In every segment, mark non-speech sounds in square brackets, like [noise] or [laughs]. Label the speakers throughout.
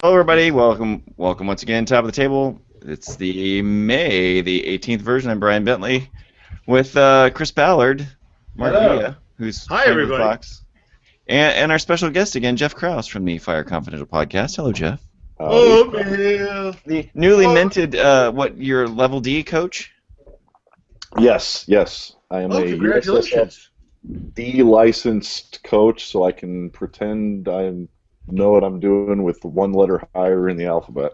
Speaker 1: Hello, everybody. Welcome, welcome once again. Top of the table. It's the May the 18th version. I'm Brian Bentley with uh, Chris Ballard, Mark
Speaker 2: Hello.
Speaker 1: Villa, who's
Speaker 2: Hi,
Speaker 1: playing with
Speaker 2: everybody.
Speaker 1: Fox, and, and our special guest again, Jeff Krause from the Fire Confidential podcast. Hello, Jeff.
Speaker 3: Um, Uh,
Speaker 2: Oh, man.
Speaker 1: The newly
Speaker 2: Oh.
Speaker 1: minted, uh, what your level D coach? [laughs]
Speaker 3: Yes, yes. I am
Speaker 2: Oh,
Speaker 3: a
Speaker 2: congratulations.
Speaker 3: D licensed coach, so I can pretend I know what I'm doing with one letter higher in the alphabet.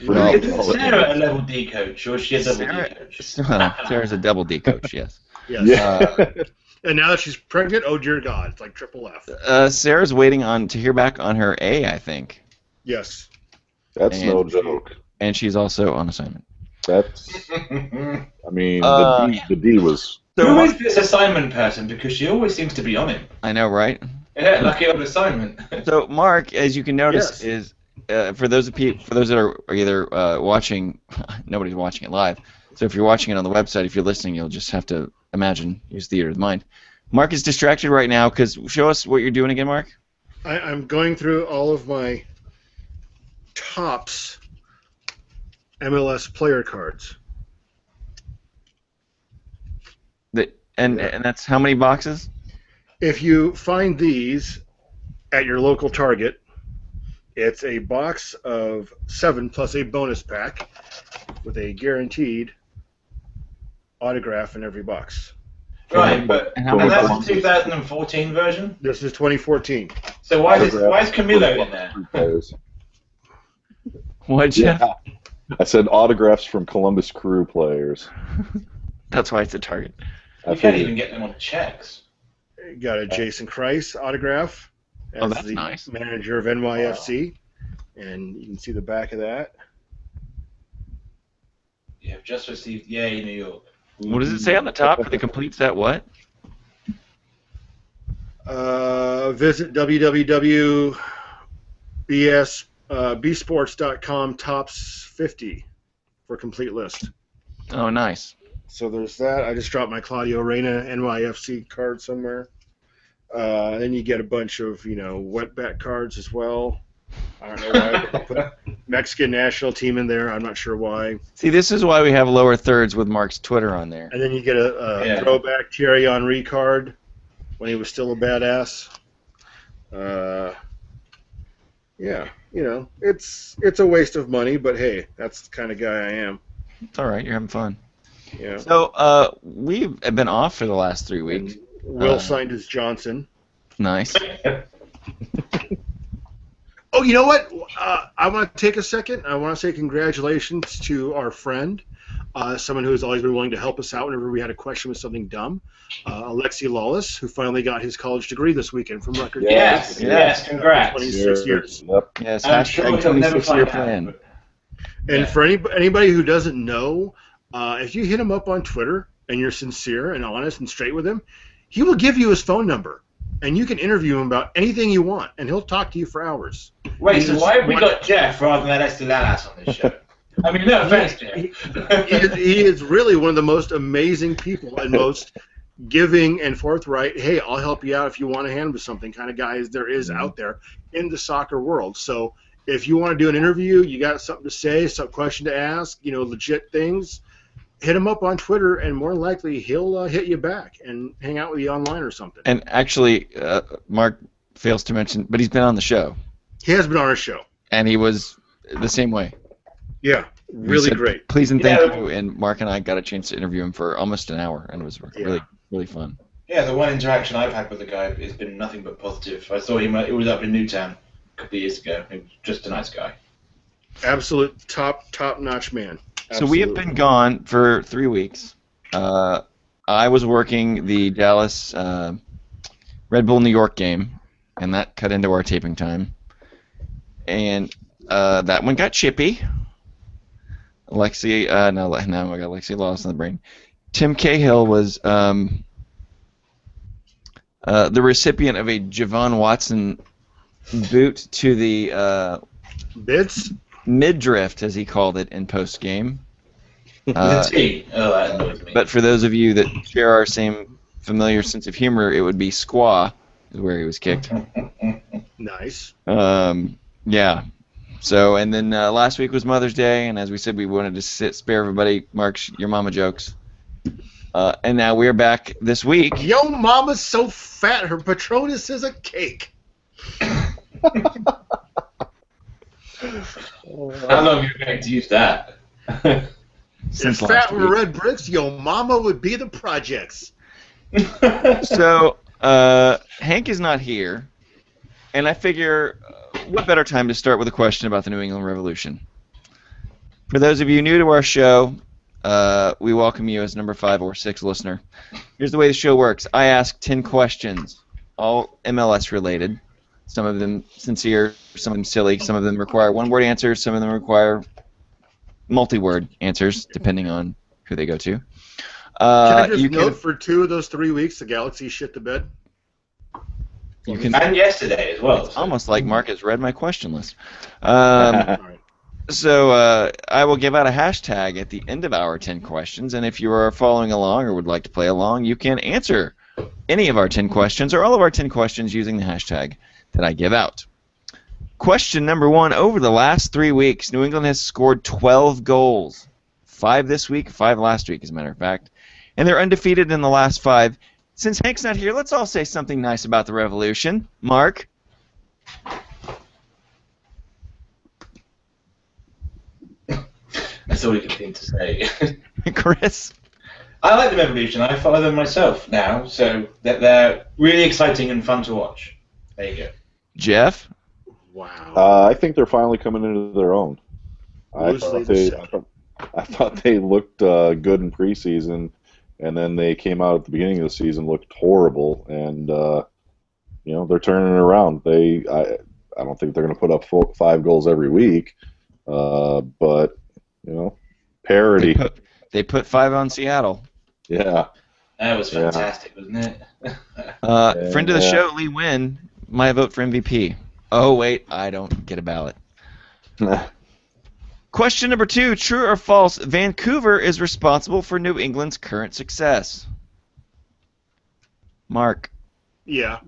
Speaker 1: No.
Speaker 2: Really?
Speaker 4: Sarah a level D coach, or is she a double
Speaker 1: Sarah-
Speaker 4: D coach?
Speaker 1: Well, Sarah's a double D coach. [laughs] Yes. Uh,
Speaker 2: Yes.
Speaker 3: Yeah.
Speaker 2: And now that she's pregnant, oh dear God, it's like triple F.
Speaker 1: Uh, Sarah's waiting on to hear back on her A, I think,
Speaker 2: Yes.
Speaker 3: That's no
Speaker 1: And-
Speaker 3: joke.
Speaker 1: and she's also on assignment.
Speaker 3: That's
Speaker 4: [laughs]
Speaker 3: I mean the
Speaker 1: Uh,
Speaker 3: D the D was
Speaker 4: Who is this assignment person? Because she always seems to be on it.
Speaker 1: I know, right?
Speaker 4: Yeah, lucky old assignment. [laughs]
Speaker 1: So, Mark, as you can notice,
Speaker 2: Yes.
Speaker 1: is uh, for those of pe- for those that are either uh, watching, [laughs] nobody's watching it live. So, if you're watching it on the website, if you're listening, you'll just have to imagine use theater of the mind. Mark is distracted right now because show us what you're doing again, Mark.
Speaker 2: I, I'm going through all of my tops MLS player cards.
Speaker 1: The, and
Speaker 2: Yeah.
Speaker 1: and that's how many boxes?
Speaker 2: If you find these at your local Target, it's a box of seven plus a bonus pack with a guaranteed autograph in every box.
Speaker 4: right, but
Speaker 1: And how
Speaker 3: Well,
Speaker 4: and
Speaker 1: many?
Speaker 3: we-
Speaker 2: [laughs]
Speaker 4: that's the 2014 version.
Speaker 2: This is 2014.
Speaker 4: So why is why is Camilo in there?
Speaker 2: [laughs]
Speaker 3: players.
Speaker 1: What, Jeff?
Speaker 3: Yeah. I said autographs from Columbus Crew players.
Speaker 1: That's why it's a target.
Speaker 3: I
Speaker 4: You can't
Speaker 3: figured
Speaker 4: even get them on checks.
Speaker 2: got a Jason Christ autograph as
Speaker 1: Uh, Oh, that's
Speaker 2: the
Speaker 1: nice.
Speaker 2: manager of NYFC, and you can see the back of that.
Speaker 4: You have just received Yay New
Speaker 2: [laughs]
Speaker 4: York.
Speaker 1: What does it say on the top for the complete set? What?
Speaker 2: Uh, visit uh, www.bsports.com tops 50 for a complete list.
Speaker 1: Oh, nice.
Speaker 2: So there's that. I just dropped my Claudio Reyna NYFC card somewhere. Uh, then you get a bunch of you know wetback cards as well. I don't know why I
Speaker 1: [laughs]
Speaker 2: put Mexican national team in there. I'm not sure why.
Speaker 1: See, this is why we have lower thirds with Mark's Twitter on there.
Speaker 2: And then you get a, a
Speaker 4: Yeah.
Speaker 2: throwback Thierry Henry card when he was still a badass. Uh, yeah, you know, it's it's a waste of money, but hey, that's the kind of guy I am.
Speaker 1: It's all right. You're having fun.
Speaker 2: Yeah.
Speaker 1: So, uh, we've been off for the last three weeks.
Speaker 2: And Will
Speaker 1: Uh,
Speaker 2: signed as Johnson.
Speaker 1: Nice.
Speaker 2: Oh, you know what? Uh, I want to take a second. I want to say congratulations to our friend, uh, someone who has always been willing to help us out whenever we had a question with something dumb, uh, Alexi Lawless, who finally got his college degree this weekend from Rutgers.
Speaker 4: Yes,
Speaker 3: Yeah.
Speaker 4: yes, congrats.
Speaker 2: 26 years.
Speaker 3: Yep.
Speaker 1: Yes,
Speaker 4: And I'm sure
Speaker 1: hashtag
Speaker 4: he'll Uh, never
Speaker 1: 26 year
Speaker 4: find out.
Speaker 1: plan.
Speaker 2: And
Speaker 4: Yeah.
Speaker 2: for any, anybody who doesn't know, uh, if you hit him up on Twitter and you're sincere and honest and straight with him, he will give you his phone number, and you can interview him about anything you want, and he'll talk to you for hours.
Speaker 4: Wait, so
Speaker 2: He's
Speaker 4: why have we
Speaker 2: one-
Speaker 4: got Jeff rather than Alessi Lalas on this show? I mean, no offense,
Speaker 2: He- He
Speaker 4: Jeff.
Speaker 2: is, he is really one of the most amazing
Speaker 1: [laughs]
Speaker 2: people and most giving and forthright. Hey, I'll help you out if you want a hand with something. Kind of guys there is
Speaker 1: Mm-hmm.
Speaker 2: out there in the soccer world. So if you want to do an interview, you got something to say, some question to ask, you know, legit things. Hit him up on Twitter, and more than likely he'll uh, hit you back and hang out with you online or something.
Speaker 1: And actually, uh, Mark fails to mention, but he's been on the show,
Speaker 2: he has been on our show.
Speaker 1: and he was the same way.
Speaker 2: Yeah,
Speaker 1: He
Speaker 2: really
Speaker 1: said,
Speaker 2: great.
Speaker 1: Please and thank
Speaker 4: Yeah.
Speaker 1: you. And Mark and I got a chance to interview him for almost an hour, and it was really, really fun.
Speaker 4: Yeah, the one interaction I've had with the guy has been nothing but positive. I saw him; it was up in Newtown a couple of years ago. He was just a nice guy.
Speaker 2: Absolute top top notch man.
Speaker 1: So we have
Speaker 2: Absolutely.
Speaker 1: been gone for three weeks. Uh, I was working the Dallas uh, Red Bull New York game, and that cut into our taping time. And uh, that one got chippy. Alexi, uh, no, Le- no, I got Alexi lost in the brain. Tim Cahill was um, uh, the recipient of a Javon Watson boot to the uh,
Speaker 2: bits.
Speaker 1: midriff, as he called it in post game. [laughs] Uh,
Speaker 4: the tea. Oh, that annoys me. [laughs]
Speaker 1: but for those of you that share our same familiar sense of humor, it would be squaw is where he was kicked.
Speaker 2: Nice.
Speaker 1: Um, yeah, So, and then uh, last week was Mother's Day, and as we said, we wanted to sit, spare everybody Mark's your mama jokes. Uh, and now we're back this week.
Speaker 2: Yo, mama's so fat, her Patronus is a cake.
Speaker 4: How long are you going to use
Speaker 1: [laughs]
Speaker 4: that?
Speaker 1: Since
Speaker 2: if
Speaker 1: last
Speaker 2: fat were
Speaker 1: week.
Speaker 2: red bricks, yo, mama would be the projects.
Speaker 1: So, uh, Hank is not here, and I figure, uh, what better time to start with a question about the New England Revolution? For those of you new to our show, uh, we welcome you as number five or six listener. Here's the way the show works I ask 10 questions, all MLS related. Some of them sincere, some of them silly, some of them require one word answers, some of them require multi word answers, depending on who they go to.
Speaker 2: Can
Speaker 1: Uh,
Speaker 2: I just
Speaker 1: you
Speaker 2: note
Speaker 1: can,
Speaker 2: for two of those three weeks, the galaxy shit the bed?
Speaker 1: you can Um,
Speaker 4: and yesterday as well. so-
Speaker 1: almost like Mark has read my question list. Um,
Speaker 2: [laughs] All right.
Speaker 1: so uh, I will give out a hashtag at the end of our 10 questions, and if you are following along or would like to play along, you can answer any of our 10 questions or all of our 10 questions using the hashtag that I give out. Question number one Over the last three weeks, New England has scored 12 goals. Five this week, five last week, as a matter of fact. And they're undefeated in the last five. Since Hank's not here, let's all say something nice about the Revolution. Mark? [laughs]
Speaker 4: That's all you can think to say. [laughs]
Speaker 1: Chris?
Speaker 4: I like the Revolution. I follow them myself now, so they're, they're really exciting and fun to watch. There you go.
Speaker 1: Jeff?
Speaker 2: Wow.
Speaker 3: Uh, I think they're finally coming into their own. I
Speaker 2: Loosely
Speaker 3: thought, they,
Speaker 2: the
Speaker 3: I, thought, I thought they looked uh, good in preseason, and then they came out at the beginning of the season looked horrible, and uh, you know they're turning it around. They I I don't think they're going to put up four, five goals every week, uh, but you know
Speaker 1: They
Speaker 3: parity,
Speaker 1: put, they put five on Seattle.
Speaker 3: [laughs] yeah.
Speaker 4: That was
Speaker 3: Yeah.
Speaker 4: fantastic, wasn't it?
Speaker 1: Uh,
Speaker 3: Yeah.
Speaker 1: friend of the show, Lee Win, my vote for MVP. Oh, wait, I don't get a ballot. Question number two True or false? Vancouver is responsible for New England's current success. Mark,
Speaker 2: yeah.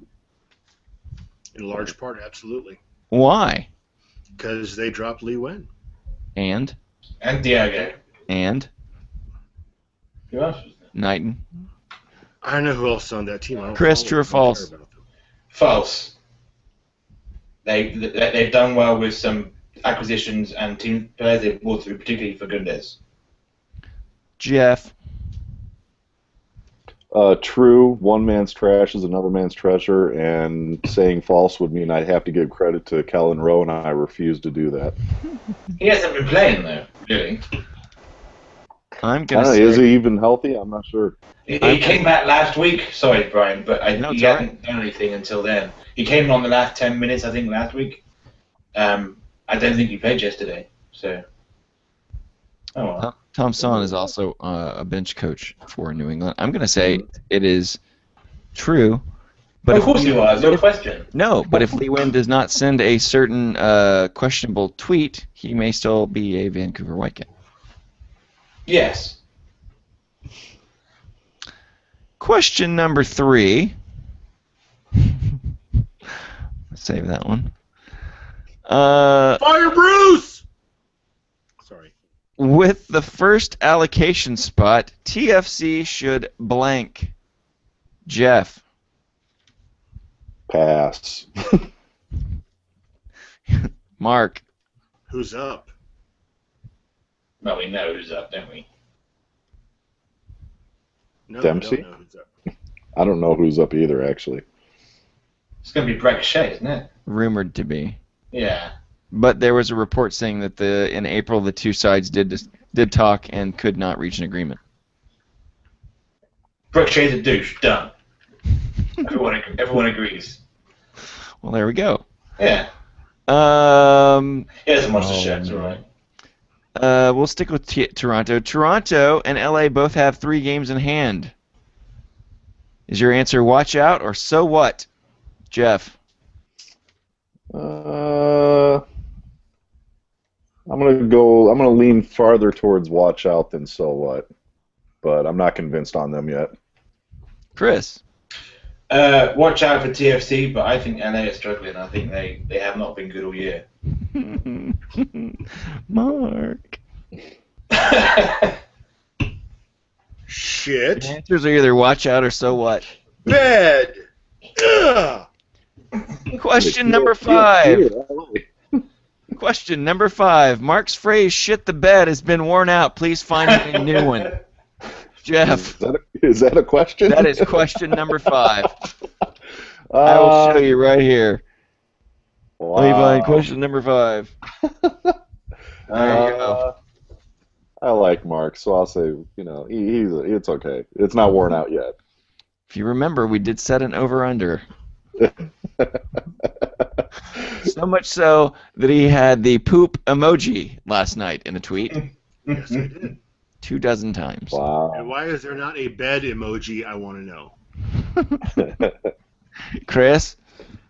Speaker 2: In large part, absolutely.
Speaker 1: why?
Speaker 2: Because they dropped Lee Wen.
Speaker 1: And,
Speaker 4: and Diego.
Speaker 1: and,
Speaker 4: Who else was there?
Speaker 1: Knighton.
Speaker 2: I don't know who else is on that team. I don't
Speaker 1: Chris,
Speaker 2: follow
Speaker 1: true or
Speaker 2: them. I don't
Speaker 1: false?
Speaker 2: care about them.
Speaker 4: False. They, they they've done well with some acquisitions and team players they've bought through, particularly for Gundes.
Speaker 1: Jeff,
Speaker 3: Uh, true, one man's trash is another man's treasure, and saying false would mean I'd have to give credit to Kellen Rowe, and I refuse to do that.
Speaker 4: He hasn't been playing though, really.
Speaker 1: I'm
Speaker 3: I don't
Speaker 1: going
Speaker 3: know,
Speaker 1: to say.
Speaker 3: is he even healthy? I'm not sure.
Speaker 4: He,
Speaker 1: I'm-
Speaker 4: he came back last week. Sorry, Brian, but I,
Speaker 1: No, it's
Speaker 4: he
Speaker 1: all right.
Speaker 4: hadn't done anything until then. He came on the last ten minutes, I think, last week. Um, I don't think he played yesterday. So. Oh well.
Speaker 1: Tom- Tom Son is also uh, a bench coach for New England. I'm going to say it is true. But
Speaker 4: of
Speaker 1: if
Speaker 4: course
Speaker 1: Lee-
Speaker 4: he was. No question.
Speaker 1: No, but if Lee Win does not send a certain uh, questionable tweet, he may still be a Vancouver Whitecap.
Speaker 4: Yes.
Speaker 1: Question number three. [laughs] Save that one. Uh,
Speaker 2: Fire Bruce! Sorry.
Speaker 1: with the first allocation spot, TFC should blank. Jeff,
Speaker 3: Pass. [laughs]
Speaker 1: Mark,
Speaker 2: Who's up?
Speaker 4: Well, we know who's up, don't we?
Speaker 2: No, I
Speaker 3: Dempsey?
Speaker 2: don't know who's up.
Speaker 3: I don't know who's up either, actually.
Speaker 4: It's going to be Breck Shea, isn't it?
Speaker 1: rumored to be.
Speaker 4: Yeah.
Speaker 1: But there was a report saying that the in April the two sides did did talk and could not reach an agreement.
Speaker 4: Brooke Shea's a douche. Done. everyone, everyone agrees.
Speaker 1: Well, there we go.
Speaker 4: Yeah.
Speaker 1: Um,
Speaker 4: He doesn't watch the
Speaker 1: Oh,
Speaker 4: show. It's
Speaker 1: man.
Speaker 4: all right.
Speaker 1: Uh, we'll stick with t- Toronto. Toronto and LA both have three games in hand. Is your answer watch out or so what, Jeff?
Speaker 3: Uh, I'm gonna go. I'm gonna lean farther towards watch out than so what, but I'm not convinced on them yet.
Speaker 1: Chris?
Speaker 4: Uh, watch out for TFC, but I think LA are struggling. I think they, they have not been good all year.
Speaker 1: Mark.
Speaker 2: Shit.
Speaker 1: The answers are either watch out or so what.
Speaker 2: Bed. Ugh.
Speaker 1: Question number five. [laughs] Question number five. Mark's phrase "shit the bed" has been worn out. Please find me a new one.
Speaker 4: [laughs]
Speaker 3: Is
Speaker 1: Jeff,
Speaker 3: that, a, is that a question?
Speaker 1: that is question number five.
Speaker 3: [laughs] Uh,
Speaker 1: I will show you right here.
Speaker 3: wow.
Speaker 1: Levi, question number five. There you go.
Speaker 3: Uh, I like Mark, so I'll say you know he, he's it's okay. It's not worn out yet.
Speaker 1: If you remember, we did set an over under. so much so that he had the poop emoji last night in a tweet
Speaker 2: Yes, I did.
Speaker 1: two dozen times.
Speaker 2: And
Speaker 3: [laughs] Wow.
Speaker 2: why is there not a bed emoji? I want to know.
Speaker 1: Chris,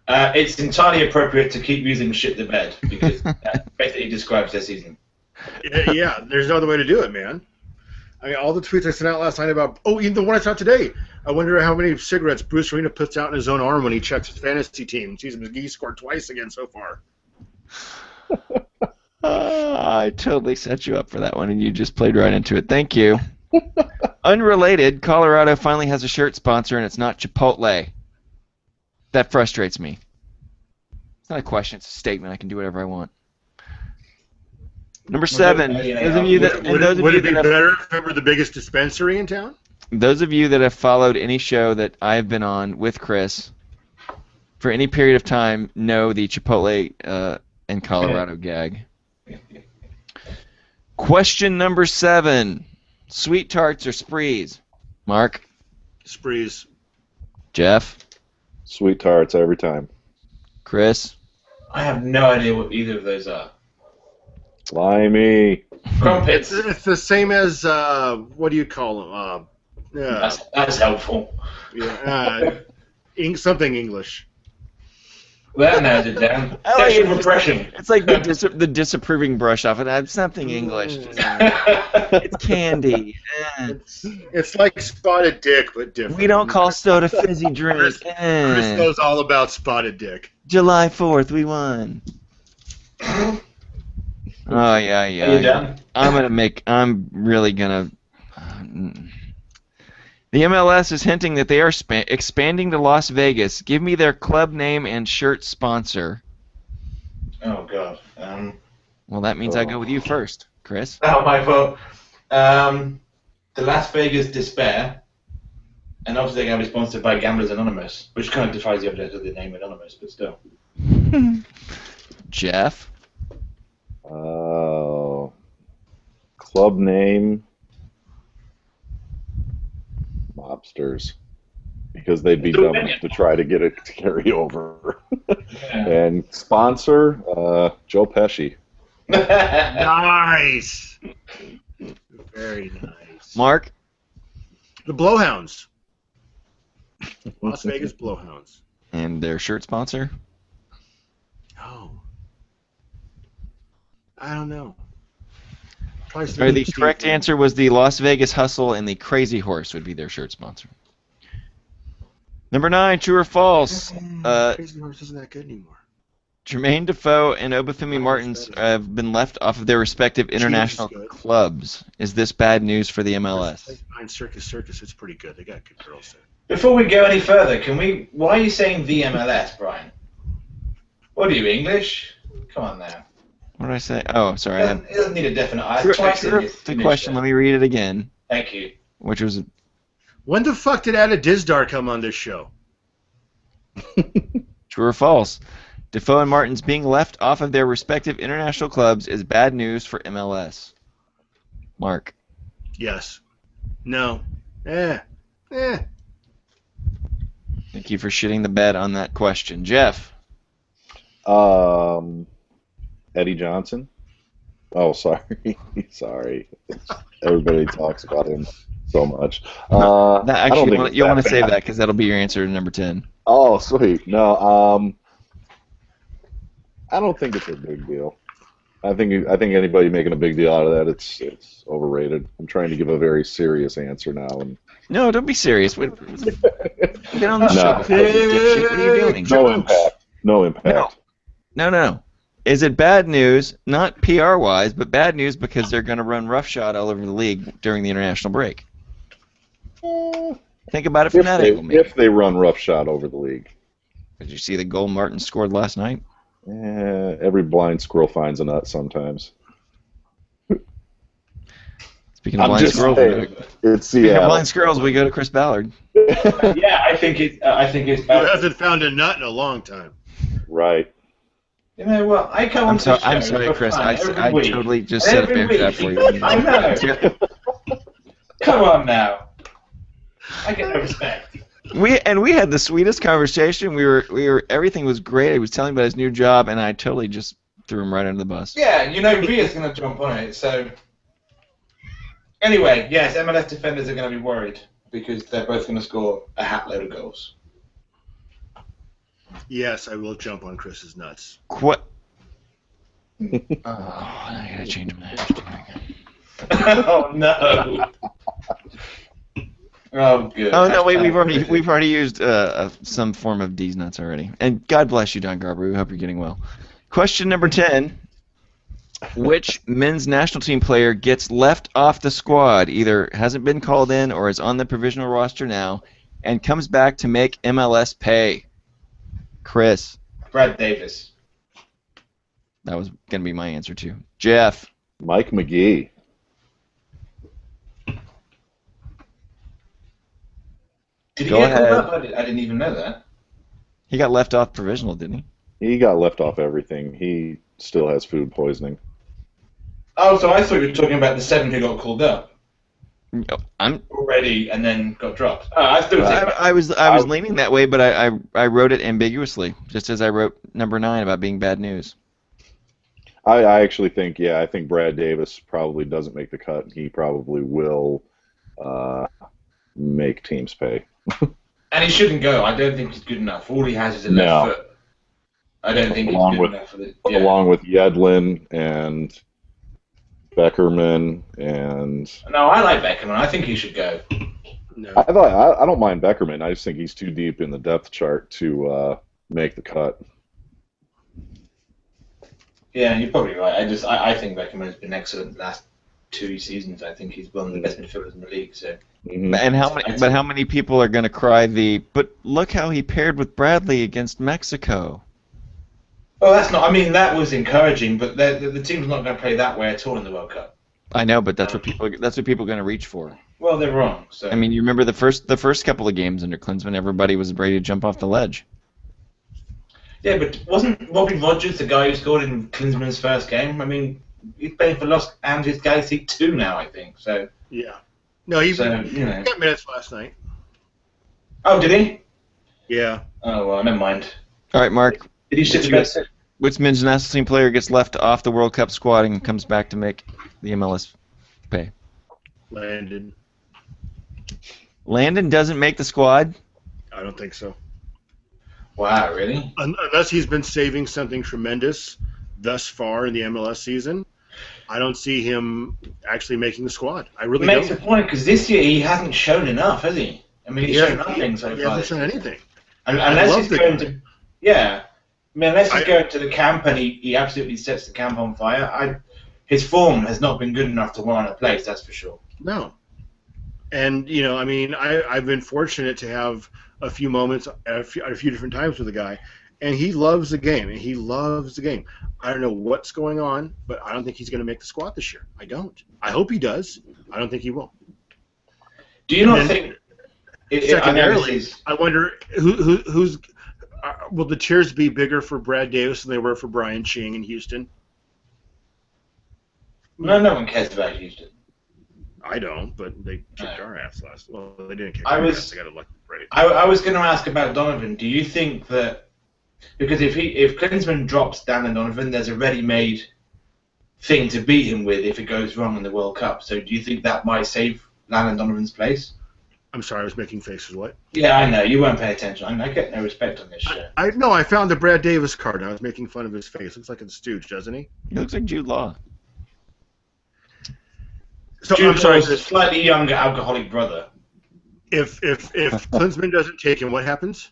Speaker 4: Uh, it's entirely appropriate to keep using shit the bed
Speaker 1: [laughs]
Speaker 4: because that basically describes their season.
Speaker 2: yeah, yeah, there's no other way to do it, man. I mean, all the tweets I sent out last night about oh, even the one I saw today. I wonder how many cigarettes Bruce Arena puts out in his own arm when he checks his fantasy team. Jeez, McGee scored twice again so far.
Speaker 1: Ah, I totally set you up for that one, and you just played right into it. Thank you. Unrelated, Colorado finally has a shirt sponsor, and it's not Chipotle. That frustrates me. It's not a question; it's a statement. I can do whatever I want. Number seven. Those of you that
Speaker 2: Would,
Speaker 1: and
Speaker 2: would
Speaker 1: those
Speaker 2: it,
Speaker 1: of
Speaker 2: would
Speaker 1: you
Speaker 2: it be
Speaker 1: that have
Speaker 2: better if it were the biggest dispensary in town?
Speaker 1: those of you that have followed any show that I've been on with Chris for any period of time know the Chipotle uh, and Colorado gag. Question number seven: Sweet tarts or sprees? Mark,
Speaker 2: Sprees.
Speaker 1: Jeff,
Speaker 3: Sweet tarts every time.
Speaker 1: Chris.
Speaker 4: I have no idea what either of those are.
Speaker 3: Limey.
Speaker 1: [laughs]
Speaker 2: It's,
Speaker 4: Crumpets.
Speaker 2: it's the same as uh, what do you call them? Uh, yeah,
Speaker 4: That's, that's helpful.
Speaker 2: yeah, [laughs] uh, ing- something English.
Speaker 4: That nails
Speaker 1: [laughs]
Speaker 4: it down.
Speaker 1: I like
Speaker 4: Sexual
Speaker 1: it. [laughs]
Speaker 4: repression.
Speaker 1: It's like the, dis- the disapproving brush off, and I'm something English. It's candy. Eh.
Speaker 2: Mm. [laughs] It's, it's like spotted dick, but different.
Speaker 1: We don't call soda fizzy drink.
Speaker 2: Chris-
Speaker 1: Eh.
Speaker 2: Chris knows all about spotted dick.
Speaker 1: July 4th, we won. Oh yeah, yeah.
Speaker 4: Are you
Speaker 1: yeah.
Speaker 4: done?
Speaker 1: I'm gonna make. I'm really gonna. The MLS is hinting that they are spa- expanding to Las Vegas. Give me their club name and shirt sponsor.
Speaker 4: Oh god. Um,
Speaker 1: Well, that means I go with you first, Chris.
Speaker 4: [laughs] oh my fault. Um, the Las Vegas Despair, and obviously they're going to be sponsored by Gamblers Anonymous, which kind of defies the object of the name Anonymous, but still.
Speaker 1: Jeff,
Speaker 3: Uh, club name. Mobsters. Because they'd be
Speaker 4: The
Speaker 3: dumb
Speaker 4: women.
Speaker 3: to try to get it to carry [laughs] over.
Speaker 4: Yeah.
Speaker 3: and sponsor, uh, Joe Pesci.
Speaker 2: Nice. Very nice.
Speaker 1: Mark,
Speaker 2: The Blowhounds. Las Vegas Blowhounds.
Speaker 1: and their shirt sponsor.
Speaker 2: Oh. I don't know. Probably
Speaker 1: Or the
Speaker 2: Steve
Speaker 4: [laughs]
Speaker 1: correct
Speaker 2: Steve.
Speaker 1: answer was the Las Vegas Hustle, and the Crazy Horse would be their shirt sponsor. Number nine, true or false? Uh,
Speaker 2: Crazy Horse isn't that good anymore.
Speaker 1: Jermaine Defoe and Obafemi Martins have been left off of their respective international
Speaker 2: Jesus, good.
Speaker 1: clubs. Is this bad news for the MLS?
Speaker 2: Behind Circus Circus, it's pretty good. They got good girls there.
Speaker 4: [laughs] Before we go any further, can we? Why are you saying the MLS, Brian? What are you English? Come on now.
Speaker 1: What did I say? Oh, sorry.
Speaker 4: It
Speaker 1: I have-
Speaker 4: doesn't, it doesn't need a definite. I
Speaker 1: True-
Speaker 4: twice
Speaker 1: true-
Speaker 4: it is
Speaker 1: the
Speaker 4: finished
Speaker 1: question.
Speaker 4: there.
Speaker 1: Let me read it again,
Speaker 4: Thank you.
Speaker 1: which was
Speaker 2: When the fuck did Ada Dizdar come on this show?
Speaker 1: true or false. Defoe and Martins being left off of their respective international clubs is bad news for MLS. Mark,
Speaker 2: Yes. No. Eh. Eh.
Speaker 1: thank you for shitting the bed on that question. Jeff,
Speaker 3: Um, Eddie Johnson. Oh, [laughs] sorry, sorry. Everybody talks about him so much. Uh,
Speaker 1: that
Speaker 3: I don't
Speaker 1: actually
Speaker 3: think
Speaker 1: wanna-
Speaker 3: it's
Speaker 1: you'll
Speaker 3: that
Speaker 1: want to save
Speaker 3: bad.
Speaker 1: that because that'll be your answer to number ten.
Speaker 3: Oh, sweet. No, um, I don't think it's a big deal. I think I think anybody making a big deal out of that it's it's overrated. I'm trying to give a very serious answer now, and
Speaker 1: No, don't be serious. What, what, been on the
Speaker 3: [laughs] No.
Speaker 1: show before, you dipshit. What are you doing?
Speaker 3: no
Speaker 2: Jokes.
Speaker 3: impact. No impact.
Speaker 1: No, no. Is it bad news? Not PR wise, but bad news because they're going to run roughshod all over the league during the international break. Think about it from
Speaker 3: Mm. If
Speaker 1: that
Speaker 3: they,
Speaker 1: angle, maybe.
Speaker 3: if they run roughshod over the league,
Speaker 1: Did you see the goal Martin scored last night?
Speaker 3: eh, every blind squirrel finds a nut sometimes.
Speaker 1: Speaking of
Speaker 3: I'm
Speaker 1: blind
Speaker 3: just
Speaker 1: squirrels, we
Speaker 3: saying.
Speaker 1: go to,
Speaker 3: It's
Speaker 1: speaking of
Speaker 3: Seattle.
Speaker 1: blind squirrels, we go to Chris Ballard.
Speaker 3: [laughs]
Speaker 4: Yeah, I think it. Uh, I think it's
Speaker 2: Who
Speaker 4: bad.
Speaker 2: hasn't found a nut in a long time?
Speaker 3: right.
Speaker 4: You know what? I come
Speaker 1: I'm,
Speaker 4: on.
Speaker 1: so, I'm sorry, Chris. I, s- I totally just set a bear
Speaker 4: Every
Speaker 1: trap for
Speaker 4: week.
Speaker 1: you.
Speaker 4: I know.
Speaker 1: Yeah.
Speaker 4: Come on now. I get no respect.
Speaker 1: We and we had the sweetest conversation. We were we were everything was great. I was telling him about his new job, and I totally just threw him right under the bus.
Speaker 4: Yeah, you know Ria's going to jump on it. So anyway, yes, MLS defenders are going to be worried because they're both going to score a hat load of goals.
Speaker 3: [laughs]
Speaker 2: Yes, I will jump on Chris's nuts.
Speaker 1: What? oh, I gotta change my hashtag.
Speaker 4: oh no. [laughs] Oh good.
Speaker 1: Oh no, wait. We've
Speaker 4: [laughs]
Speaker 1: already we've already used uh, uh, some form of D's nuts already. And God bless you, Don Garber. We hope you're getting well. Question number ten: Which men's national team player gets left off the squad, either hasn't been called in or is on the provisional roster now, and comes back to make MLS pay? Chris,
Speaker 4: Brad Davis.
Speaker 1: that was gonna be my answer too. Jeff,
Speaker 3: Mike McGee.
Speaker 4: Did he
Speaker 1: Go
Speaker 4: get
Speaker 1: ahead.
Speaker 4: called up? I, did, I didn't even know that.
Speaker 1: he got left off provisional, didn't he?
Speaker 3: He got left off everything. He still has food poisoning.
Speaker 4: Oh, so I thought you were talking about the seven who got called up
Speaker 1: No, I'm
Speaker 4: already and then got dropped. Oh, I still think.
Speaker 1: I, I was I was
Speaker 3: I-
Speaker 1: leaning that way, but I, I I wrote it ambiguously, just as I wrote number nine about being bad news.
Speaker 3: I, I actually think, yeah, I think Brad Davis probably doesn't make the cut. He probably will uh, make teams pay.
Speaker 4: And he shouldn't go. I don't think he's good enough. All he has is a left
Speaker 3: No.
Speaker 4: foot. I don't think
Speaker 3: Along
Speaker 4: he's good
Speaker 3: with-
Speaker 4: enough for the. Yeah.
Speaker 3: along with Yedlin and Beckerman, and
Speaker 4: No, I like Beckham, and I think he should go.
Speaker 2: No.
Speaker 3: I thought I, I don't mind Beckerman. I just think he's too deep in the depth chart to uh, make the cut.
Speaker 4: Yeah, you're probably right. I just I, I think Beckham has been excellent the last two seasons. I think he's one of the best midfielders in the league. So
Speaker 3: Mm-hmm.
Speaker 1: And how many?
Speaker 4: That's-
Speaker 1: But how many people are going to cry the? But look how he paired with Bradley against Mexico.
Speaker 4: well, that's not. I mean, that was encouraging, but the, the, the team's not going to play that way at all in the World Cup.
Speaker 1: I know, but that's what people that's what people are going to reach for.
Speaker 4: Well, they're wrong. So
Speaker 1: I mean, you remember the first the first couple of games under Klinsman, everybody was ready to jump off the ledge.
Speaker 4: yeah, but wasn't Robbie Rogers the guy who scored in Klinsmann's first game? I mean, he's playing for Los Angeles Galaxy two now, I think. So
Speaker 2: Yeah. No, he,
Speaker 4: so you know.
Speaker 2: he got minutes last night.
Speaker 4: Oh, did he?
Speaker 2: Yeah.
Speaker 4: Oh well, never mind.
Speaker 1: All right, Mark.
Speaker 4: Did he shit the
Speaker 1: you-
Speaker 4: best?
Speaker 1: Which men's national team player gets left off the World Cup squad and comes back to make the MLS pay?
Speaker 2: Landon.
Speaker 1: Landon doesn't make the squad.
Speaker 2: I don't think so.
Speaker 4: Wow, really?
Speaker 2: Un- Unless he's been saving something tremendous thus far in the MLS season, I don't see him actually making the squad. I really
Speaker 4: makes a
Speaker 2: don't.
Speaker 4: point because this year he hasn't shown enough, has he? I mean, he's
Speaker 2: Yeah,
Speaker 4: shown nothing so
Speaker 2: He hasn't
Speaker 4: far. this
Speaker 2: shown
Speaker 4: season.
Speaker 2: anything.
Speaker 4: Un-
Speaker 2: I
Speaker 4: Unless
Speaker 2: love
Speaker 4: he's
Speaker 2: the
Speaker 4: going
Speaker 2: guy.
Speaker 4: to, yeah. I mean, unless he's
Speaker 2: I-
Speaker 4: going to the camp and he, he absolutely sets the camp on fire. I, his form has not been good enough to warrant a place, that's for sure.
Speaker 2: No. And you know, I mean, I I've been fortunate to have a few moments at a few, at a few different times with the guy, and he loves the game, and he loves the game. I don't know what's going on, but I don't think he's going to make the squad this year. I don't. I hope he does. I don't think he will.
Speaker 4: Do you not
Speaker 2: And then-
Speaker 4: think? It, it, I know this
Speaker 2: Secondarily,
Speaker 4: is-
Speaker 2: I wonder who, who who's uh, will the cheers be bigger for Brad Davis than they were for Brian Ching in Houston?
Speaker 4: no, no one cares about Houston.
Speaker 2: I don't, but they kicked
Speaker 4: No.
Speaker 2: our ass last. Well, they didn't kick
Speaker 4: Uh, I
Speaker 2: our
Speaker 4: was-
Speaker 2: ass. They got a lucky break.
Speaker 4: I, I was going to ask about Donovan. Do you think that because if he if Klinsman drops Dan and Donovan, there's a ready-made thing to beat him with if it goes wrong in the World Cup. So do you think that might save Dan and Donovan's place?
Speaker 2: I'm sorry, I was making faces. What?
Speaker 4: Yeah, I know you won't pay attention. I, mean, I get no respect on this show.
Speaker 2: I no, I found the Brad Davis card. and I was making fun of his face. Looks like a stooge, doesn't he?
Speaker 1: He looks like Jude Law.
Speaker 2: So
Speaker 4: Jude
Speaker 2: I'm sorry.
Speaker 4: Law's a slightly younger alcoholic brother.
Speaker 2: If if if Klinsman doesn't take him, what happens?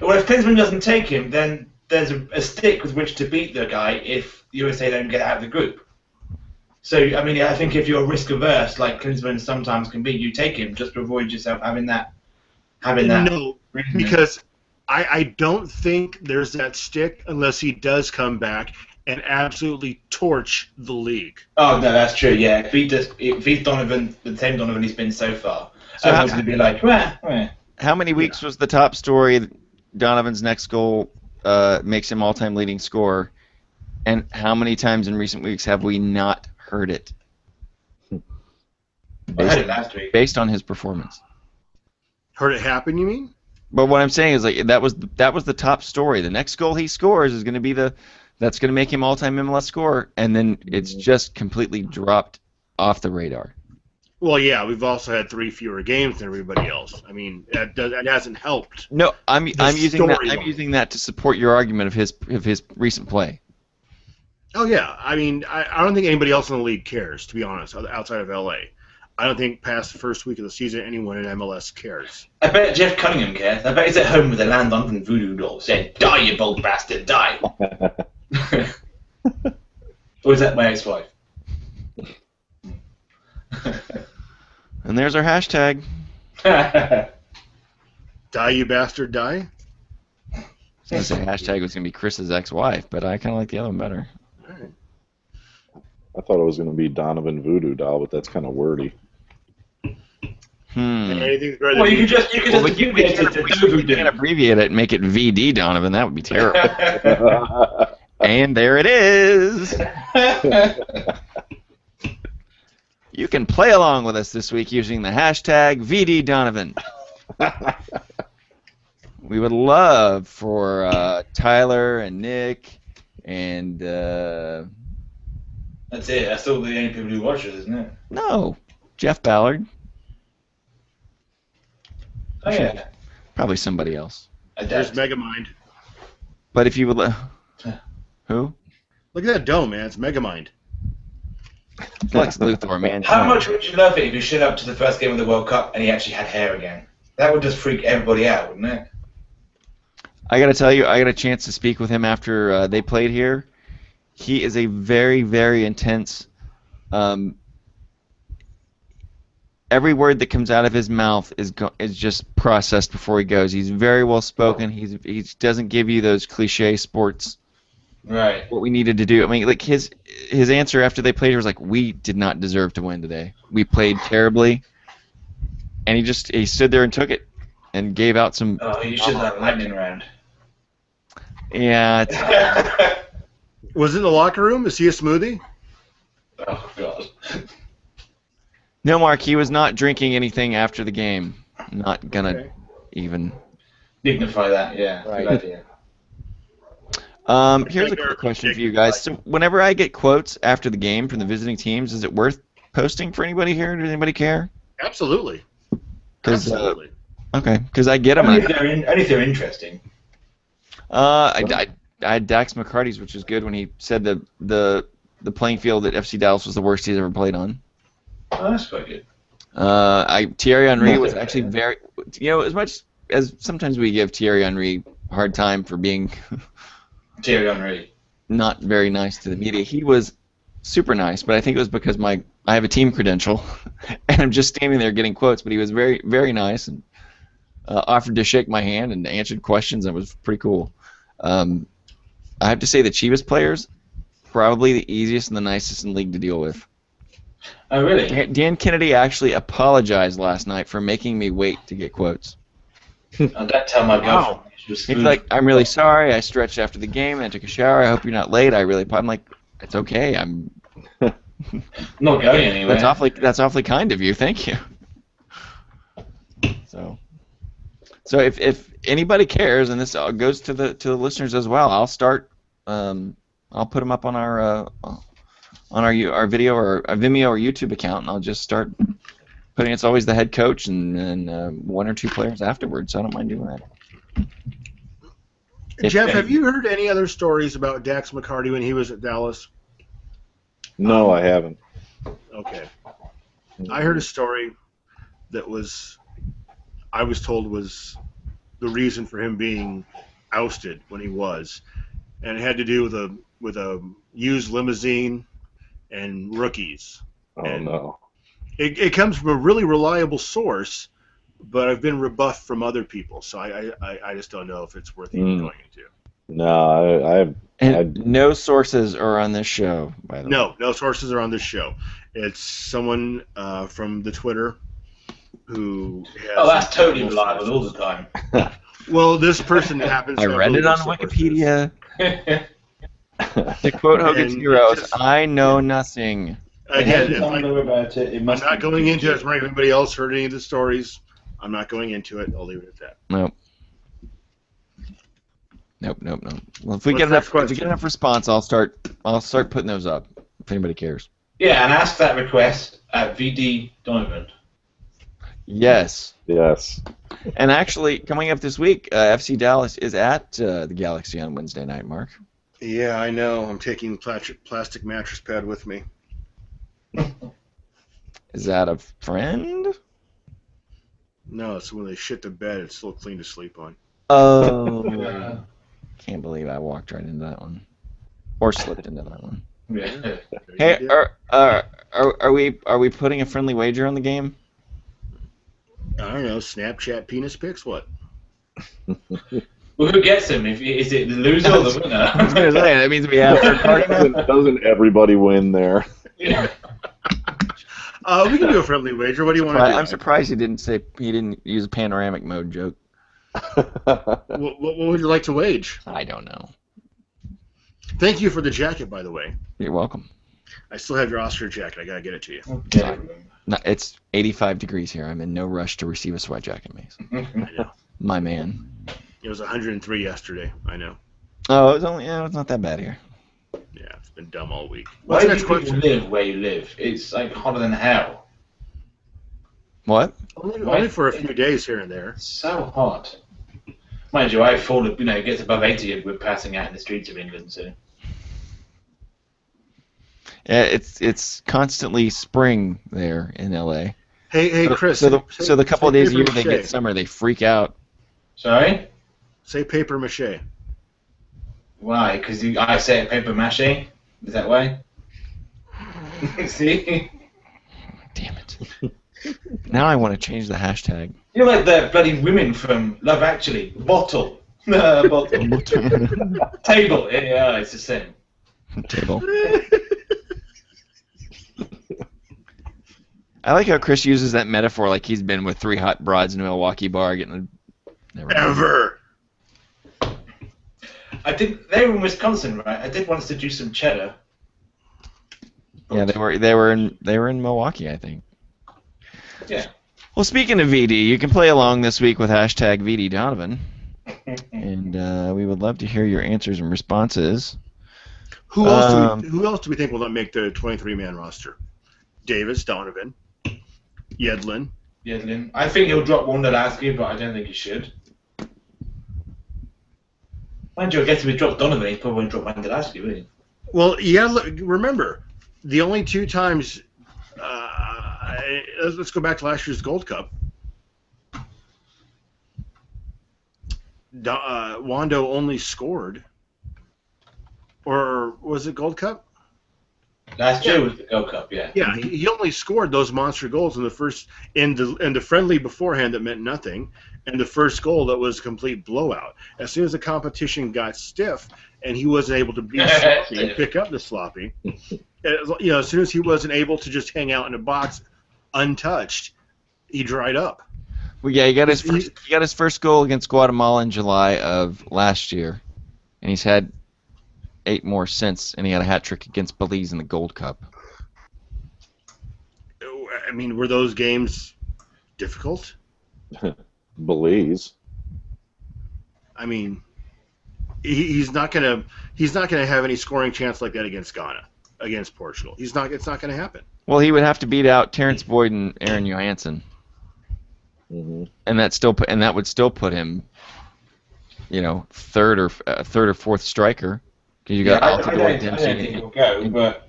Speaker 4: Well, if Klinsman doesn't take him, then there's a, a stick with which to beat the guy if the USA don't get out of the group. So I mean, I think if you're risk averse, like Klinsmann sometimes can be, you take him just to avoid yourself having that, having that.
Speaker 2: No, because I, I don't think there's that stick unless he does come back and absolutely torch the league.
Speaker 4: oh no, that's true. Yeah, if he just if he's Donovan, the same Donovan he's been so far,
Speaker 1: So
Speaker 4: so
Speaker 1: how-
Speaker 4: everyone's gonna be like, well, well.
Speaker 1: How many weeks was the top story? Donovan's next goal uh, makes him all-time leading scorer, and how many times in recent weeks have we not heard it
Speaker 4: I had it last week.
Speaker 1: based on his performance?
Speaker 2: Heard it happen, you mean?
Speaker 1: But what I'm saying is like that was that was the top story. The next goal he scores is going to be the that's going to make him all-time MLS scorer, and then it's just completely dropped off the radar.
Speaker 2: Well, yeah, we've also had three fewer games than everybody else. I mean, that does, that hasn't helped.
Speaker 1: No, I'm I'm using that I'm
Speaker 2: storyline.
Speaker 1: using that to support your argument of his of his recent play.
Speaker 2: Oh yeah, I mean, I, I don't think anybody else in the league cares, to be honest, o- outside of LA. I don't think past the first week of the season anyone in MLS cares.
Speaker 4: I bet Jeff Cunningham cares. I bet he's at home with a land on voodoo doll saying, "Die, you bold bastard, [laughs] die." or is that my ex-wife?
Speaker 1: And there's our hashtag.
Speaker 4: That's
Speaker 2: Die, you bastard, die.
Speaker 1: I was
Speaker 4: [laughs]
Speaker 1: gonna say hashtag was gonna be Chris's ex-wife, but I kind of like the other one better.
Speaker 3: I thought it was going to be Donovan Voodoo Doll, but that's kind of wordy. [laughs]
Speaker 1: Hmm.
Speaker 2: Anything's greater
Speaker 4: Well,
Speaker 2: than
Speaker 4: you could just you could
Speaker 1: Well,
Speaker 4: just
Speaker 1: we can't, we
Speaker 4: abbreviate it
Speaker 1: can't-
Speaker 4: to
Speaker 1: we can't- we
Speaker 4: Donovan.
Speaker 1: can't abbreviate it and make it VD Donovan. That would be
Speaker 4: [laughs]
Speaker 1: terrible.
Speaker 4: Terrible.
Speaker 1: and there it is.
Speaker 4: [laughs]
Speaker 1: You can play along with us this week using the hashtag VD Donovan. we would love for uh, Tyler and Nick and uh,
Speaker 4: That's it. That's all the only people who watch it, isn't it?
Speaker 1: no Jeff Ballard,
Speaker 4: Oh yeah.
Speaker 1: probably somebody else.
Speaker 4: I
Speaker 2: there's
Speaker 4: doubt.
Speaker 2: Megamind.
Speaker 1: But if you would, lo- who?
Speaker 2: Look at that dome, man. It's Megamind.
Speaker 1: Lex Luthor, man.
Speaker 4: How much would you love it if he showed up to the first game of the World Cup and he actually had hair again? That would just freak everybody out, wouldn't it?
Speaker 1: I gotta tell you, I got a chance to speak with him after uh, they played here. He is a very, very intense. Um, every word that comes out of his mouth is go- is just processed before he goes. He's very well spoken. He's he doesn't give you those cliche sports.
Speaker 4: Right.
Speaker 1: What we needed to do. I mean, like his his answer after they played here was like, "We did not deserve to win today. We played terribly." And he just he stood there and took it, and gave out some.
Speaker 4: Oh, you should have had a lightning
Speaker 1: [laughs]
Speaker 4: round.
Speaker 1: Yeah, it's,
Speaker 2: Was it in the locker room? Is he a smoothie?
Speaker 4: [laughs] oh god.
Speaker 1: No, Mark, he was not drinking anything after the game. Not gonna
Speaker 2: Okay.
Speaker 1: even.
Speaker 4: Dignify that. Yeah.
Speaker 1: Right.
Speaker 4: Good idea.
Speaker 1: Um, here's a quick
Speaker 2: Bigger,
Speaker 1: question for
Speaker 2: bigger
Speaker 1: you guys. So, whenever I get quotes after the game from the visiting teams, is it worth posting for anybody here? Does anybody care?
Speaker 2: Absolutely.
Speaker 1: 'Cause, uh,
Speaker 2: Absolutely.
Speaker 1: okay, because I get them.
Speaker 4: Only if
Speaker 1: I,
Speaker 4: they're in, only if they're interesting.
Speaker 1: uh, I, I, I had Dax McCarty's, which was good when he said the the the playing field at FC Dallas was the worst he's ever played on.
Speaker 4: Oh, that's quite good.
Speaker 1: Uh, I Thierry Henry was
Speaker 4: Nothing.
Speaker 1: actually very, you know, as much as sometimes we give Thierry Henry a hard time for being
Speaker 4: Thierry Henry.
Speaker 1: not very nice to the media. He was super nice, but I think it was because my I have a team credential, [laughs] and I'm just standing there getting quotes. But he was very very nice and uh, offered to shake my hand and answered questions. and It was pretty cool. Um, I have to say the Chivas players probably the easiest and the nicest in the league to deal with.
Speaker 4: Oh really?
Speaker 1: Dan Dan Kennedy actually apologized last night for making me wait to get quotes.
Speaker 4: I don't tell my girlfriend.
Speaker 1: Wow.
Speaker 4: She was
Speaker 1: He's like, "I'm really sorry. I stretched after the game and I took a shower. I hope you're not late. I really." apo-" I'm like, "It's okay. I'm
Speaker 4: not going anywhere.
Speaker 1: That's awfully that's awfully kind of you. Thank you. So, so if, if anybody cares, and this all goes to the to the listeners as well, I'll start. Um, I'll put them up on our uh, on our you- our video or our Vimeo or YouTube account, and I'll just start putting. It's always the head coach and and uh, one or two players afterwards. So I don't mind doing that. If-
Speaker 2: Jeff, have you heard any other stories about Dax McCarty when he was at Dallas?
Speaker 3: No, I haven't.
Speaker 2: Okay. I heard a story that was, I was told was the reason for him being ousted when he was, and it had to do with a with a used limousine and rookies.
Speaker 3: Oh no.
Speaker 2: It, it comes from a really reliable source, but I've been rebuffed from other people, so I I, I just don't know if it's worth even
Speaker 3: Mm.
Speaker 2: going into.
Speaker 3: No, I, I
Speaker 1: And
Speaker 3: I'd-
Speaker 1: no sources are on this show, by the way.
Speaker 2: No, no sources are on this show. It's someone uh, from the Twitter who. Has
Speaker 4: Oh, that's totally reliable all the
Speaker 1: [laughs]
Speaker 4: time.
Speaker 2: Well, this person happens.
Speaker 1: I
Speaker 2: to
Speaker 1: read
Speaker 2: know
Speaker 1: it
Speaker 2: who
Speaker 1: on
Speaker 2: this source is.
Speaker 1: Wikipedia.
Speaker 4: Again,
Speaker 1: To quote Hogan's
Speaker 2: And
Speaker 1: Heroes,
Speaker 2: just-
Speaker 1: I know nothing.
Speaker 2: Again, if I,
Speaker 4: don't
Speaker 2: I'm
Speaker 4: know about it. It must
Speaker 2: not
Speaker 4: be-
Speaker 2: going into it. Has anybody else heard any of the stories? I'm not going into it. I'll leave it at that.
Speaker 1: Nope. Nope, nope, nope. Well, if we
Speaker 2: What's
Speaker 1: get enough,
Speaker 2: next
Speaker 1: if we get
Speaker 2: question?
Speaker 1: enough response, I'll start. I'll start putting those up if anybody cares.
Speaker 4: Yeah, and ask that request at VD Donovan.
Speaker 1: Yes.
Speaker 3: [laughs] yes.
Speaker 1: And actually, coming up this week, uh, FC Dallas is at uh, the Galaxy on Wednesday night. Mark,
Speaker 2: Yeah, I know. I'm taking plastic plastic mattress pad with me.
Speaker 1: is that a friend?
Speaker 2: No, it's when they shit the bed. It's still clean to sleep on.
Speaker 1: Oh,
Speaker 4: Uh,
Speaker 1: [laughs] can't believe I walked right into that one, or slipped into that one.
Speaker 4: yeah.
Speaker 2: There
Speaker 1: Hey,
Speaker 2: you go.
Speaker 1: are, are, are, are we are we putting a friendly wager on the game?
Speaker 2: I don't know. Snapchat penis pics. What?
Speaker 4: Well, who gets him? If, is it the loser or the
Speaker 1: [laughs] I was gonna
Speaker 4: winner?
Speaker 1: say, that means we have third party [laughs] now.
Speaker 3: doesn't, doesn't everybody win there?
Speaker 4: yeah.
Speaker 2: Uh, we can do a friendly wager. What do you want to
Speaker 1: But
Speaker 2: do?
Speaker 1: I'm surprised he didn't say he didn't use a panoramic mode joke.
Speaker 2: What, what, what would you like to wage?
Speaker 1: I don't know.
Speaker 2: Thank you for the jacket, by the way.
Speaker 1: You're welcome.
Speaker 2: I still have your Oscar jacket. I gotta get it to you.
Speaker 4: Okay. [laughs]
Speaker 1: No, it's 85 degrees here. I'm in no rush to receive a sweat jacket, Mace. [laughs] My man.
Speaker 2: It was 103 yesterday. I know.
Speaker 1: Oh, it was only yeah, it's not that bad here.
Speaker 2: Yeah, it's been dumb all week.
Speaker 4: Why
Speaker 2: What's
Speaker 4: do
Speaker 2: the next
Speaker 4: you
Speaker 2: question?
Speaker 4: people live where you live? It's like hotter than hell.
Speaker 1: What?
Speaker 2: Only,
Speaker 4: Why-
Speaker 2: only for a few days here and there.
Speaker 4: It's so hot. Mind you, I fall. You know, it gets above eighty, we're passing out in the streets of England. So
Speaker 1: Yeah, it's it's constantly spring there in LA.
Speaker 2: Hey, hey, Chris.
Speaker 1: so the
Speaker 2: say-
Speaker 1: so the couple of
Speaker 2: say
Speaker 1: days a year
Speaker 2: paper
Speaker 1: they get
Speaker 2: mache.
Speaker 1: summer, they freak out.
Speaker 4: sorry.
Speaker 2: Say paper [laughs] mache.
Speaker 4: Why? Because I say it paper mache. Is that why? [laughs] See,
Speaker 1: Damn
Speaker 2: [laughs]
Speaker 1: it. now I want to change the hashtag.
Speaker 4: you're like the bloody women from Love Actually. Bottle, [laughs] Uh, bottle. [laughs] table. Yeah, yeah, it's the same.
Speaker 1: Table. I like how Chris uses that metaphor like he's been with three hot broads in a Milwaukee bar getting the never mind.
Speaker 2: Ever.
Speaker 4: I did. They were in Wisconsin, right? I did once to do some cheddar.
Speaker 1: Yeah, they Oh, were they were in they were in Milwaukee, I think.
Speaker 4: Yeah.
Speaker 1: Well, speaking of VD, you can play along this week with hashtag VD Donovan,
Speaker 4: [laughs]
Speaker 1: and uh, we would love to hear your answers and responses.
Speaker 2: Who else?
Speaker 1: Um,
Speaker 2: do we, who else do we think will not make the 23-man roster? Davis, Donovan, Yedlin.
Speaker 4: Yedlin. I think he'll drop one Wondolowski, but I don't think he should. Mind you, I guess if he dropped Donovan, he probably won't drop Wondolowski, will he?
Speaker 2: Well, Yedlin. Remember, the only two times. Uh, I- let's- let's go back to last year's Gold Cup. Do, uh, Wando only scored, or was it Gold Cup?
Speaker 4: Last year was the Gold Cup, yeah.
Speaker 2: Yeah, he he only scored those monster goals in the first in the in the friendly beforehand that meant nothing, and the first goal that was a complete blowout. As soon as the competition got stiff and he wasn't able to be sloppy and pick up the sloppy, as- you know, as soon as he wasn't able to just hang out in a box untouched, he dried up.
Speaker 1: Well, yeah, he got his first, he got his first goal against Guatemala in July of last year, and he's had eight more since, and he had a hat trick against Belize in the Gold Cup.
Speaker 2: I mean, were those games difficult?
Speaker 3: Belize.
Speaker 2: I mean, he, he's not gonna he's not gonna have any scoring chance like that against Ghana, against Portugal. He's not. It's not gonna happen.
Speaker 1: Well, he would have to beat out Terrence Boyd and Aaron Johansson,
Speaker 3: hmm
Speaker 1: and that still put, and that would still put him, you know, third or uh, third or fourth striker. 'Cause you got
Speaker 4: yeah, I, I
Speaker 1: Altidore,
Speaker 4: don't, I don't
Speaker 1: Dempsey,
Speaker 4: think he'll go, but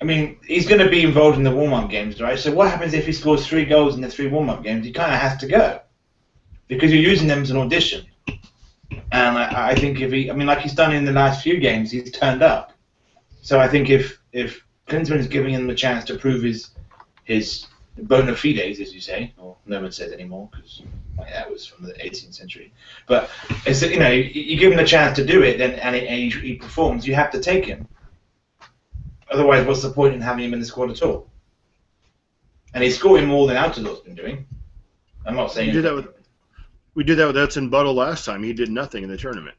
Speaker 4: I mean, he's going to be involved in the warm-up games, right? So what happens if he scores three goals in the three warm-up games? He kind of has to go because you're using them as an audition. And I, I think if he, I mean, like he's done in the last few games, he's turned up. So I think if if Klinsman is giving him a chance to prove his his bona fides, as you say, or no one says anymore because that was from the 18th century. But it's you know you, you give him a chance to do it, then and, he, and he, he performs, you have to take him. Otherwise, what's the point in having him in the squad at all? And he's scoring more than Altidor's been doing. I'm not saying
Speaker 2: You did that with- We did that with Edson Buttle last time. He did nothing in the tournament.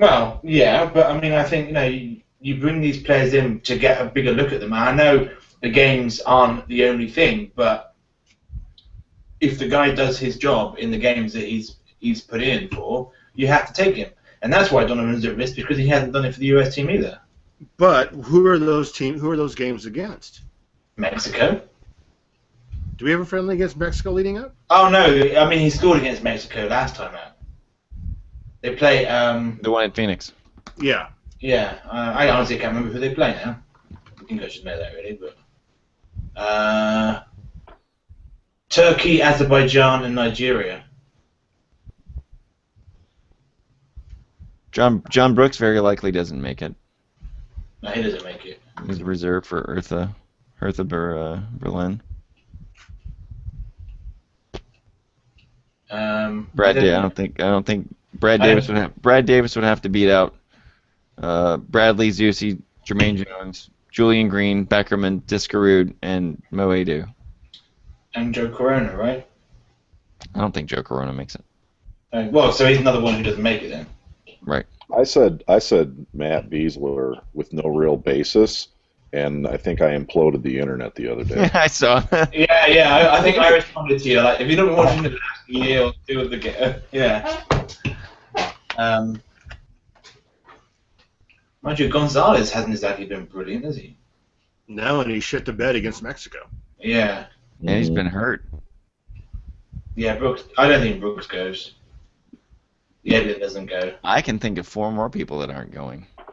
Speaker 4: Well, yeah, but I mean, I think you know you, you bring these players in to get a bigger look at them. And I know the games aren't the only thing, but if the guy does his job in the games that he's he's put in for, you have to take him, and that's why Donovan's at risk because he hasn't done it for the U.S. team either.
Speaker 2: But who are those team? Who are those games against?
Speaker 4: Mexico.
Speaker 2: Do we have a friendly against Mexico leading up?
Speaker 4: Oh no, I mean he scored against Mexico last time out. They play. Um,
Speaker 1: The one in Phoenix.
Speaker 2: Yeah.
Speaker 4: Yeah, uh, I honestly can't remember who they play now. I think I should know that really, but uh, Turkey, Azerbaijan, and Nigeria.
Speaker 1: John John Brooks very likely doesn't make it.
Speaker 4: No, he doesn't make it.
Speaker 1: He's reserved for Eartha, Eartha Ber, uh, Berlin.
Speaker 4: Um,
Speaker 1: Brad,
Speaker 4: I
Speaker 1: Da- I
Speaker 4: don't-
Speaker 1: don't think I don't think Brad
Speaker 4: I-
Speaker 1: Davis would have Brad Davis would have to beat out uh, Bradley Zusi, Jermaine Jones, Julian Green, Beckerman, Discarud, and Moedu.
Speaker 4: and Joe Corona, right?
Speaker 1: I don't think Joe Corona makes it.
Speaker 4: Uh, well, so he's another one who doesn't make it then.
Speaker 3: I said I said Matt Beasler with no real basis, and I think I imploded the internet the other day.
Speaker 1: [laughs] I saw.
Speaker 4: Yeah, yeah. I, I think I responded to you. Like, if you don't watching the last year or two of the game, [laughs] yeah. Um, mind you, Gonzalez hasn't exactly been brilliant, has he?
Speaker 2: No, and he shit the bed against Mexico.
Speaker 4: Yeah.
Speaker 1: and he's been hurt.
Speaker 4: Yeah, Brooks. I don't think Brooks goes. Yeah, it doesn't go.
Speaker 1: I can think of four more people that aren't going.
Speaker 4: Go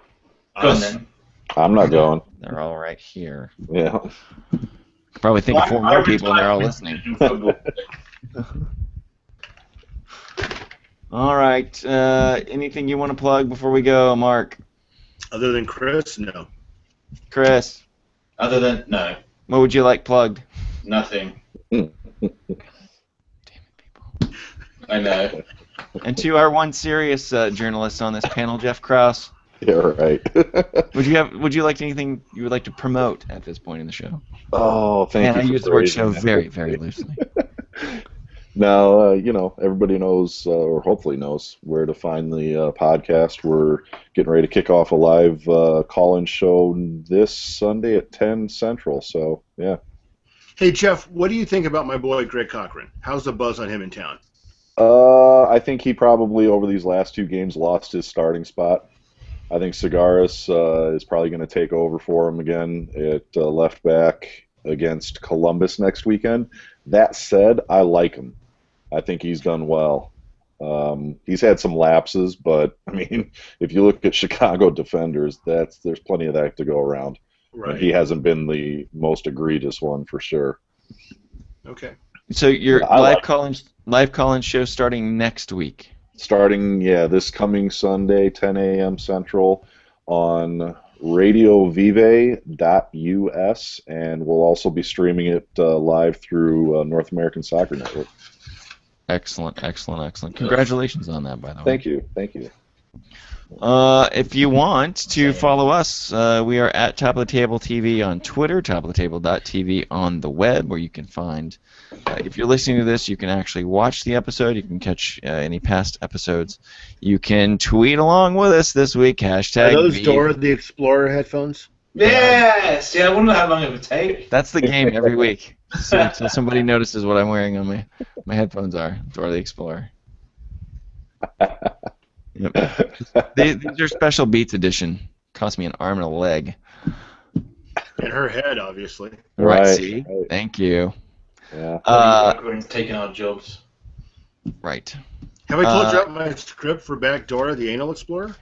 Speaker 4: on
Speaker 2: Us.
Speaker 4: then.
Speaker 3: Mm-hmm. I'm not going.
Speaker 1: They're all right here. [laughs]
Speaker 3: Yeah. [laughs]
Speaker 1: Probably think of four
Speaker 4: Well, I- I
Speaker 1: more
Speaker 4: would
Speaker 1: people and
Speaker 4: like
Speaker 1: they're all
Speaker 4: to
Speaker 1: listening.
Speaker 4: do football.
Speaker 1: All right. Uh, anything you want to plug before we go, Mark,
Speaker 2: Other than Chris, no.
Speaker 1: Chris?
Speaker 4: Other than no,
Speaker 1: What would you like plugged?
Speaker 4: nothing.
Speaker 1: Damn it, people.
Speaker 4: I know.
Speaker 1: And to our one serious uh, journalist on this panel, Jeff Krause,
Speaker 3: Yeah, right. [laughs]
Speaker 1: would you have? Would you like anything you would like to promote at this point in the show?
Speaker 3: oh, thank
Speaker 1: and
Speaker 3: you.
Speaker 1: I
Speaker 3: for
Speaker 1: use the word
Speaker 3: praising
Speaker 1: show
Speaker 3: that.
Speaker 1: very, very loosely.
Speaker 3: Now, uh, you know, everybody knows, uh, or hopefully knows, where to find the uh, podcast. We're getting ready to kick off a live uh, call-in show this Sunday at 10 Central. So, yeah.
Speaker 2: Hey Jeff, what do you think about my boy Greg Cochran? How's the buzz on him in town?
Speaker 3: Uh, I think he probably, over these last two games, lost his starting spot. I think Cigaris uh, is probably going to take over for him again at uh, left back against Columbus next weekend. That said, I like him. I think he's done well. Um, he's had some lapses, but [laughs] I mean, if you look at Chicago defenders, that's there's plenty of that to go around. And He hasn't been the most egregious one for sure.
Speaker 2: Okay.
Speaker 1: [laughs] So your
Speaker 3: Yeah, I
Speaker 1: live
Speaker 3: like-
Speaker 1: calling live calling show starting next week.
Speaker 3: starting yeah this coming Sunday 10 a.m. Central on radiovive.us and we'll also be streaming it uh, live through uh, North American Soccer Network.
Speaker 1: Excellent, excellent, excellent. Congratulations on that, by the way.
Speaker 3: Thank you. Thank you.
Speaker 1: Uh, if you want to follow us, uh, we are at Top of the Table TV on Twitter, topoftheTable.tv on the web, where you can find. Uh, if you're listening to this, you can actually watch the episode. You can catch uh, any past episodes. You can tweet along with us this week. Hashtag. V-
Speaker 2: the Explorer headphones?
Speaker 4: Yeah. See, I wonder how long it would take.
Speaker 1: That's the game every week. So until somebody notices what I'm wearing on my my headphones are Dora the Explorer. Yep.
Speaker 3: [laughs]
Speaker 1: They, these are special Beats edition. Cost me an arm and a leg.
Speaker 2: And her head, obviously.
Speaker 1: Right.
Speaker 3: Right,
Speaker 1: see?
Speaker 3: right.
Speaker 1: Thank you.
Speaker 3: Yeah.
Speaker 1: Uh,
Speaker 4: Everyone's taking our jobs.
Speaker 1: right.
Speaker 2: Have I told
Speaker 1: Uh,
Speaker 2: you about my script for Back Dora the Anal Explorer?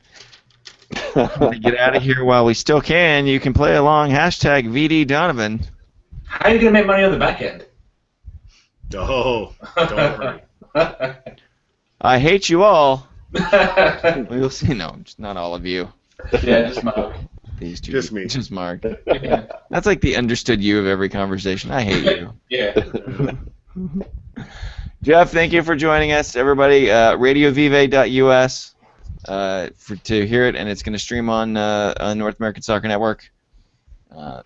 Speaker 1: To get out of here while we still can, you can play along hashtag VD Donovan.
Speaker 4: How are you going to make money on the back end? [laughs]
Speaker 2: Oh, don't worry.
Speaker 1: I hate you all.
Speaker 4: yeah,
Speaker 1: We'll see. No, just not all of you.
Speaker 3: [laughs]
Speaker 4: just Mark.
Speaker 1: These two.
Speaker 2: Just
Speaker 1: people.
Speaker 2: me.
Speaker 1: Just Mark.
Speaker 4: Yeah.
Speaker 1: That's like the understood you of every conversation. I hate you.
Speaker 4: yeah.
Speaker 1: Jeff, thank you for joining us, everybody. Uh, RadioVive.us uh, for to hear it, and it's going to stream on uh, on North American Soccer Network. Uh,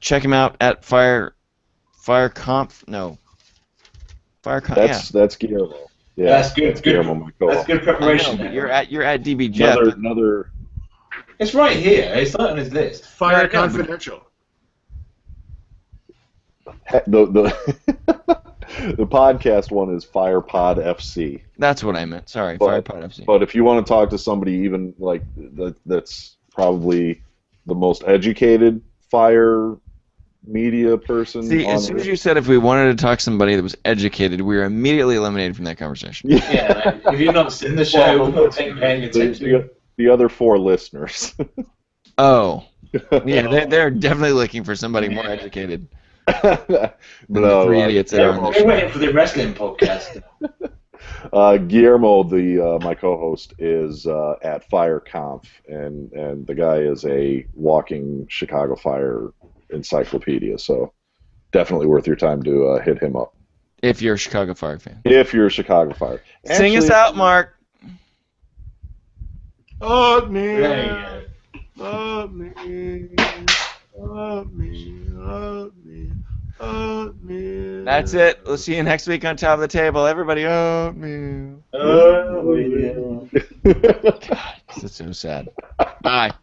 Speaker 1: check him out at Fire Fire Conf. No, Fire Conf. Yeah,
Speaker 3: That's that's Guillermo. Yeah,
Speaker 4: That's good-
Speaker 3: That's
Speaker 4: good-
Speaker 3: Guillermo my co-op.
Speaker 4: That's good
Speaker 1: I
Speaker 4: preparation.
Speaker 1: know, but
Speaker 4: there.
Speaker 1: you're at you're at DB Jeff.
Speaker 3: Another another.
Speaker 4: It's right here. It's not on his list.
Speaker 2: Fire
Speaker 4: Yeah, I know, but-
Speaker 2: Confidential.
Speaker 3: he- [laughs] The the the podcast one is Firepod FC.
Speaker 1: That's what I meant. Sorry,
Speaker 3: But-
Speaker 1: Firepod FC.
Speaker 3: But if you want to talk to somebody even like that, that's probably the most educated fire media person.
Speaker 1: See,
Speaker 3: on
Speaker 1: as soon
Speaker 3: the-
Speaker 1: as you said if we wanted to talk to somebody that was educated, we were immediately eliminated from that conversation.
Speaker 3: [laughs] yeah.
Speaker 4: Yeah, man. if you've not seen the show,
Speaker 3: Well,
Speaker 4: we're not paying paying attention.
Speaker 3: The, the other four listeners. [laughs]
Speaker 1: Oh, yeah, they're, they're definitely looking for somebody more educated.
Speaker 3: no,
Speaker 1: than the three
Speaker 3: uh,
Speaker 1: idiots that are on the
Speaker 4: They're they're
Speaker 1: show.
Speaker 4: waiting for the wrestling podcast.
Speaker 3: Uh, Guillermo, the uh, my co-host, is uh, at FireConf, and and the guy is a walking Chicago Fire encyclopedia. So definitely worth your time to uh, hit him up
Speaker 1: If you're a Chicago Fire fan,
Speaker 3: if you're a Chicago Fire.
Speaker 1: sing us
Speaker 3: Actually-
Speaker 1: out, Mark.
Speaker 2: Up me,
Speaker 4: There you go.
Speaker 2: up me, up me, up me, up me.
Speaker 1: That's it. We'll see you next week on Top of the Table. Everybody, oh, man.
Speaker 4: Oh, yeah.
Speaker 3: 아,
Speaker 1: This is so sad. Bye.